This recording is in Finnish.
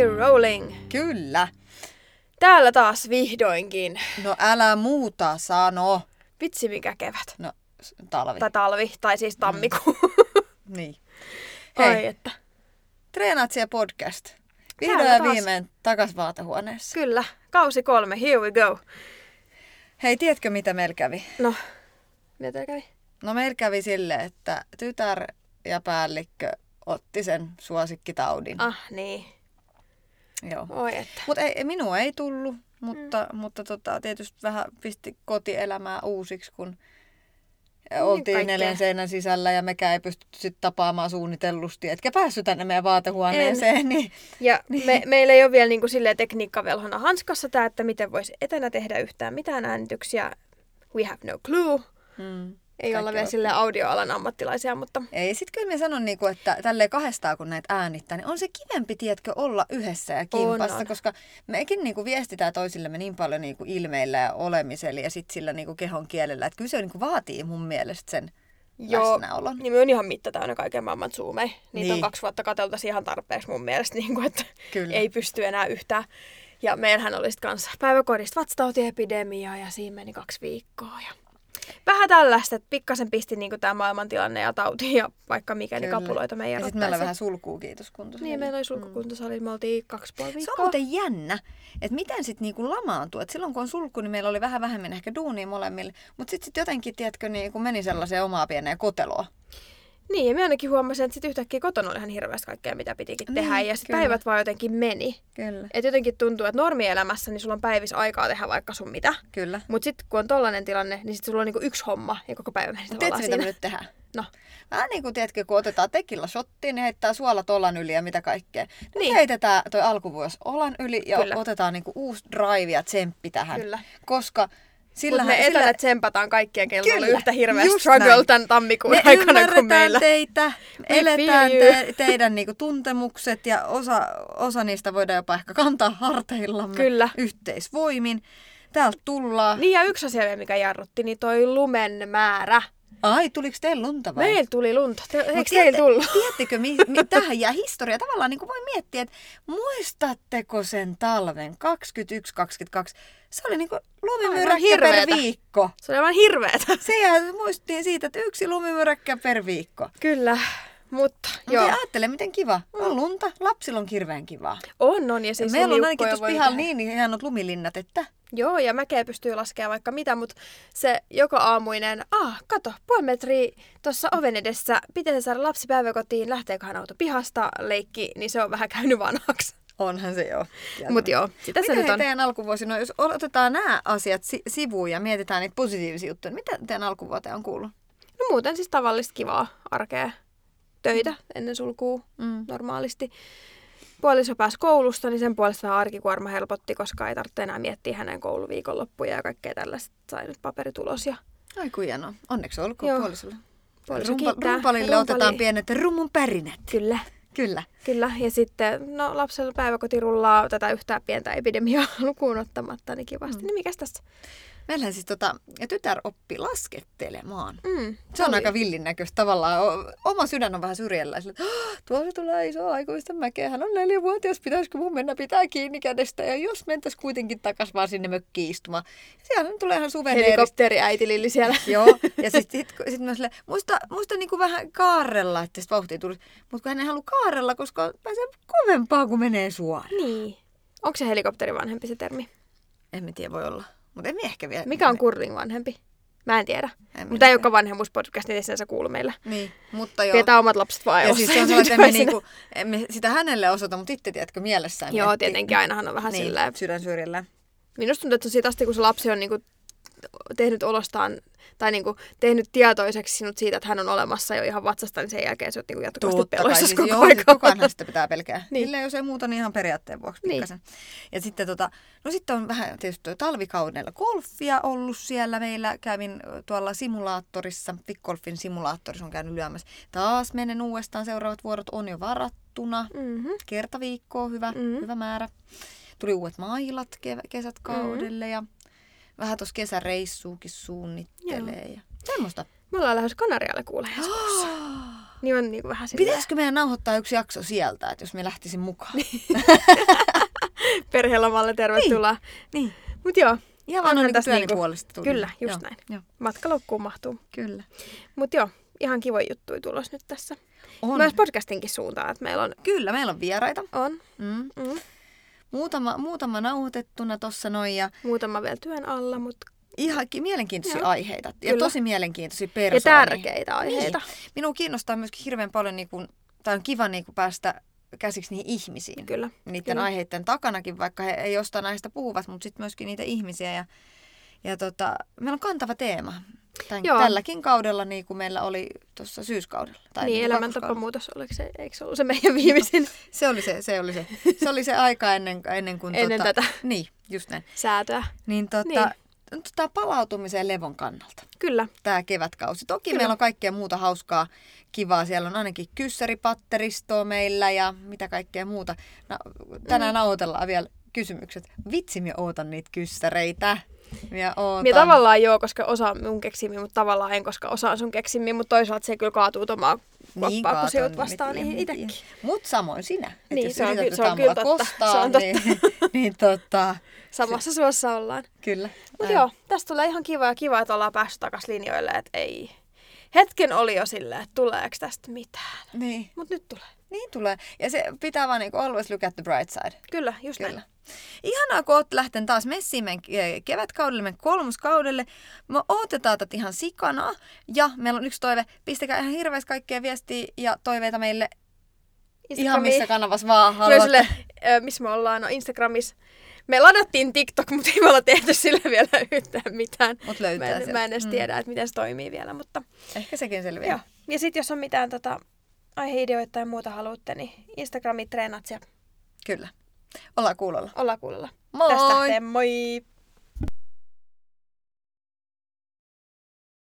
Darling. Kyllä. Täällä taas vihdoinkin. No älä muuta sano. Vitsi mikä kevät. No, s- talvi. Tai talvi, tai siis tammikuu. Niin. Hei, Ai että. treenaat siellä podcast. Vihdoin Täällä ja taas. viimein takas vaatehuoneessa. Kyllä. Kausi kolme. Here we go. Hei, tiedätkö mitä meillä kävi? No. Mitä tää kävi? No meillä kävi silleen, että tytär ja päällikkö otti sen suosikkitaudin. Ah niin. Joo. Oi että. Mut ei, minua ei tullut, mutta, mm. mutta tota, tietysti vähän pisti kotielämää uusiksi, kun niin oltiin kaikkea. neljän seinän sisällä ja mekään ei pystytty sit tapaamaan suunnitellusti, etkä päässyt tänne meidän vaatehuoneeseen. Niin, Ja me, meillä ei ole vielä niin kuin silleen tekniikkavelhona hanskassa tämä, että miten voisi etänä tehdä yhtään mitään äänityksiä. We have no clue. mm. Ei Kaikki olla vielä oppii. sille audioalan ammattilaisia, mutta Ei, sit kyllä mä sanon, niinku, että tälleen kahdestaan kun näitä äänittää, niin on se kivempi, tiedätkö, olla yhdessä ja kimpassa, on. koska mekin niinku viestitään toisillemme niin paljon niinku ilmeillä ja olemisella ja sit sillä niinku kehon kielellä, että kyllä se niinku vaatii mun mielestä sen joo, läsnäolon. niin me on ihan mitta täynnä kaiken maailman zoomeja. Niitä niin. on Niin. kaksi vuotta katseltasi ihan tarpeeksi mun mielestä, niin kuin, että Kyllä. ei pysty enää yhtään. Ja meillähän oli sitten kanssa päiväkodista vatstautiepidemiaa ja siinä meni kaksi viikkoa. Ja vähän tällaista, että pikkasen pisti niin tämä maailmantilanne ja tauti ja vaikka mikä, niin Kyllä. kapuloita meidän Ja sitten meillä on vähän sulkuu, kiitos kuntosalilla. Niin, meillä oli sulkukuntosali, me oltiin kaksi puoli Se viikkoa. on muuten jännä, että miten sitten niinku lamaantuu. Et silloin kun on sulku, niin meillä oli vähän vähemmän ehkä duunia molemmille. Mutta sitten sit jotenkin, tiedätkö, niinku meni sellaiseen omaa pieneen koteloon. Niin, ja mä ainakin huomasin, että sitten yhtäkkiä kotona oli ihan hirveästi kaikkea, mitä pitikin Niin, tehdä. Ja sitten kyllä. päivät vaan jotenkin meni. Kyllä. Et jotenkin tuntuu, että normielämässä niin sulla on päivis aikaa tehdä vaikka sun mitä. Kyllä. Mutta sitten kun on tollainen tilanne, niin sitten sulla on niinku yksi homma ja koko päivä meni Mut Tiedätkö, tavallaan mitä siinä. me nyt tehdään? No, Vähän niin kuin, tiedätkö, kun otetaan tekillä shottiin, niin heittää suolat olan yli ja mitä kaikkea. Nyt Niin. niin. heitetään toi alkuvuosi olan yli ja Kyllä. Kyllä. otetaan niinku uusi drive ja tsemppi tähän. Kyllä. Koska mutta sillähän, me etänä sillä, sillä... tsempataan kaikkia, kello on Kyllä, yhtä hirveä just struggle näin. tämän tammikuun me aikana kuin ymmärretään meillä. teitä, me We eletään feel you. te, teidän niinku tuntemukset ja osa, osa niistä voidaan jopa ehkä kantaa harteillamme Kyllä. yhteisvoimin. Täältä tullaan. Niin. Niin ja yksi asia vielä, mikä jarrutti, niin toi lumen määrä. Ai, tuliko teillä lunta vai? Meillä tuli lunta. Te, eikö Mut Niin. teillä tiedätte- tullut? Tiedättekö, mi, mi, tähän jää historia. Tavallaan niin kuin voi miettiä, että muistatteko sen talven 21-22? Se oli niin kuin Aivan lumimyräkkä per hirveetä. viikko. Se oli aivan hirveetä. Se jää muistiin siitä, että yksi lumimyräkkä per viikko. Kyllä, mutta Mutta joo. Mm. ajattele, miten kiva. On lunta, lapsilla on kirveän kivaa. On, on. Ja Siis siis Meillä on ainakin liukkoja tuossa voi pihalla tehdä. niin hienot lumilinnat, että Joo, ja mäkeä pystyy laskemaan vaikka mitä, mutta se joka aamuinen, ah, kato, puoli metriä tuossa oven edessä, pitäisi saada lapsi päiväkotiin, lähteeköhän auto pihasta leikki, niin se on vähän käynyt vanhaksi. onhan se jo. Mutta joo, sitä se Mitä nyt hei on. teidän alkuvuosi, no jos otetaan nämä asiat si- sivuun ja mietitään niitä positiivisia juttuja, niin mitä teidän alkuvuoteen on kuullut? No muuten siis tavallista kivaa arkea. Töitä ennen sulkuu Mm. normaalisti. Puoliso pääsi koulusta, niin sen puolesta vähän arkikuorma helpotti, koska ei tarvitse enää miettiä hänen kouluviikonloppuja ja kaikkea tällaista. Sai nyt paperitulos ja Ai kuin hienoa. Onneksi olkoon Joo. Joo. puolisolle. Puoliso Rumpa- kiittää. rumpalille Rumpali. otetaan pienet rummun pärinät. kyllä. Kyllä. Kyllä, ja sitten no, lapsella päiväkoti rullaa tätä yhtään pientä epidemiaa lukuun ottamatta, niin kivasti. Mm. Niin mikäs tässä? Meillähän siis tota, ja tytär oppi laskettelemaan. Mm. Se on Oli. aika villin näköistä tavallaan. O- Oma sydän on vähän syrjällä. Sillä, että, "Ah, tuolla tulee iso aikuisten mäkeä. Hän on neljävuotias. Pitäisikö mun mennä pitää kiinni kädestä? Ja jos mentäis kuitenkin takas vaan sinne mökkiin istumaan. Siellä nyt tulee ihan suveneerista. Helikopteri äiti Lilli siellä. Joo, ja sitten sit, sit mä sille, muista, muista niinku vähän kaarella, että sit vauhtia tulisi. Mutta kun hän ei halua kaarella, koska pääsee kovempaa, kun menee suoraan. niin. Onko se helikopteri vanhempi se termi? En mä tiedä, voi olla. Mutta en ehkä vielä. Mikä on curling vanhempi? Mä en tiedä. En Mutta tämä ei olekaan vanhemmuuspodcast, niin ei sinänsä kuulu meillä. Niin, mutta joo. Pidetään omat lapset vaan ja elossa siis se on sellainen, että me, tyytyväisinä. niinku, emme sitä hänelle osoita, mutta itse tiedätkö mielessään. Joo, miettii. tietenkin ainahan on vähän niin. niin, silleen. sydän syrjällä. Minusta tuntuu, että siitä asti, kun se lapsi on niinku tehnyt olostaan tai niinku tehnyt tietoiseksi sinut siitä, että hän on olemassa jo ihan vatsasta, niin sen jälkeen sä oot niinku jatkuvasti peloissa siis, koko joo, siis koko ajan. ajan sitä pitää pelkää. Niin. Niin. Sillä jos ei muuta, niin ihan periaatteen vuoksi Niin. pikkasen. Ja sitten tota, no sitten on vähän tietysti toi talvikaudella golfia ollut siellä. Meillä kävin ö, tuolla simulaattorissa, pikkolfin simulaattorissa on käynyt lyömässä. Taas menen uudestaan, seuraavat vuorot on jo varattuna. Mm-hmm. kerta viikkoa hyvä, Mhm. mm-hmm. hyvä määrä. Tuli uudet mailat kev- Mm. kesät kaudelle mm-hmm. ja vähän tuossa kesäreissuukin suunnittelee ja tämmöistä. Me ollaan lähes Kanarialle kuulee. Niin on niinku vähän silleen. Niin, Pitäisikö meidän nauhoittaa yksi jakso sieltä, että jos me lähtisin mukaan? perhelomalle tervetuloa. Niin. Mut joo, Ihan vaan Onhan on niin tässä työn niinku- puolesta tullut. kyllä, just Joo, näin. Joo, matka loppuun mahtuu. kyllä. Mut joo, ihan kiva juttu tulos nyt tässä. On. Myös podcastinkin suuntaan, että meillä on... Kyllä, meillä on vieraita. on. Mm. Mm. Muutama, muutama nauhoitettuna tuossa noin ja Muutama vielä työn alla, mutta ihan ki- mielenkiintoisia Joo, aiheita ja kyllä. tosi mielenkiintoisia ja persoonia. tärkeitä aiheita. Niin. Minua kiinnostaa myöskin hirveän paljon, niin kun, tai on kiva niin kun päästä käsiksi niihin ihmisiin. Kyllä. Niiden Kyllä. aiheiden takanakin, vaikka he ei jostain aiheesta puhuvat, mutta sitten myöskin niitä ihmisiä. Ja, ja tota, meillä on kantava teema. Tän, Joo. tälläkin kaudella, niin kuin meillä oli tuossa syyskaudella. Tai niin, niinku kakkoskaudella. elämäntapamuutos, oliko se, eikö se ollut se meidän viimeisin Se oli se, se oli se, se, oli se aika ennen, ennen kuin... ennen tota, tätä Niin, just näin. säätöä? Niin, tota, niin. Tota, palautumisen levon kannalta Kyllä, tämä kevätkausi. Toki Kyllä. Kyllä. meillä on kaikkea muuta hauskaa, kivaa. Siellä on ainakin kyssäripatteristoa meillä ja mitä kaikkea muuta. No, tänään mm. nauhoitellaan vielä kysymykset. Vitsi, minä ootan niitä kyssäreitä. Minä ootan. Mie tavallaan joo, koska osaan mun keksimiä, mutta tavallaan en, koska osaan sun keksimiä, mutta toisaalta se kyllä kaatuu tomaa Niin koppaa, kun se jout vastaan niin niihin itsekin. Mutta samoin sinä. Et Niin, jos se on yrität ky- se nyt on kyllä aamulla totta. Kostaa, Se on totta. Niin, niin tota, Samassa suossa ollaan. kyllä. Mutta Ai, joo, tästä tulee ihan kiva ja kiva, että ollaan päässyt takas linjoille, että ei. Hetken oli jo silleen, että tuleeko tästä mitään. Niin, Mutta nyt tulee. niin tulee. Ja se pitää vaan niinku always look at the bright side. Kyllä, just Kyllä. näin. Ihanaa, kun oot lähten taas messiin meidän ke- kevätkaudelle, meidän kolmoskaudelle. Me odotetaan tätä ihan sikana. Ja meillä on yksi toive. Pistäkää ihan hirveästi kaikkea viestiä ja toiveita meille ihan Instagramiin. missä kanavassa vaan Myös haluatte. sille, ö, missä me ollaan, no Instagramissa. Me ladattiin TikTok, mutta ei me olla tehty sillä vielä yhtään mitään. Mut Mä löytää en, sieltä. mä en edes tiedä, että miten se toimii vielä, mutta Mm. Ehkä sekin selviää. joo. Ja sitten jos on mitään tota, aiheideoita tai muuta haluatte, niin Instagramiin treenat ja Kyllä. Ollaan kuulolla. ollaan kuulolla. Moi! Tästä lähtee, moi!